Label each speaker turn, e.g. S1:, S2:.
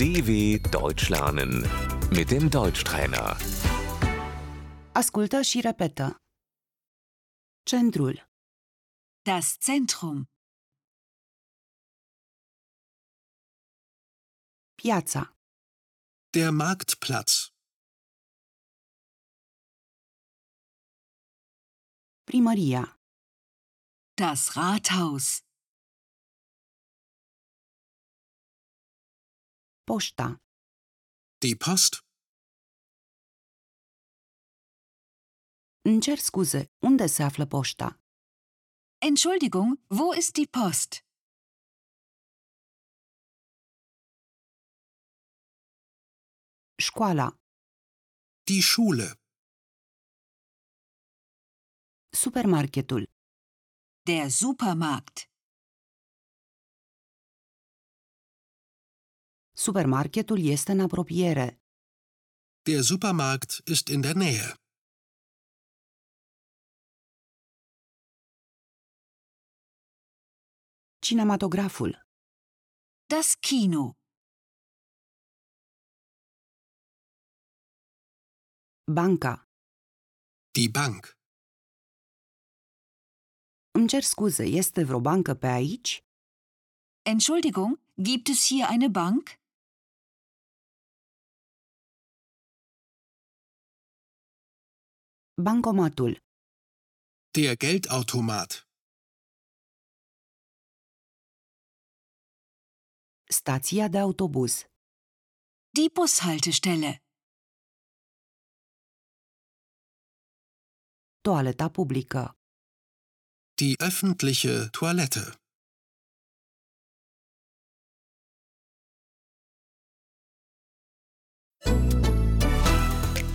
S1: DW Deutsch lernen mit dem Deutschtrainer.
S2: Ascultă și repetă. Centrul,
S3: Das Zentrum,
S2: piața,
S4: Der Marktplatz.
S2: primăria,
S3: das Rathaus,
S2: poșta,
S4: Die Post.
S2: îmi cer scuze, unde se află poșta?
S3: Entschuldigung, wo ist die Post?
S2: Școala,
S4: Die Schule.
S2: supermarketul,
S3: Der Supermarkt,
S2: supermarketul este în apropiere,
S4: Der Supermarkt ist in der Nähe.
S2: cinematograful,
S3: das Kino,
S2: banca.
S4: Die Bank.
S2: Îmi cer scuze, este vreo bancă pe aici?
S3: Entschuldigung, gibt es hier eine Bank?
S2: Bancomatul,
S4: Der Geldautomat.
S2: stația de autobuz,
S3: Die Bushaltestelle,
S2: toaleta publică,
S4: Die öffentliche Toilette.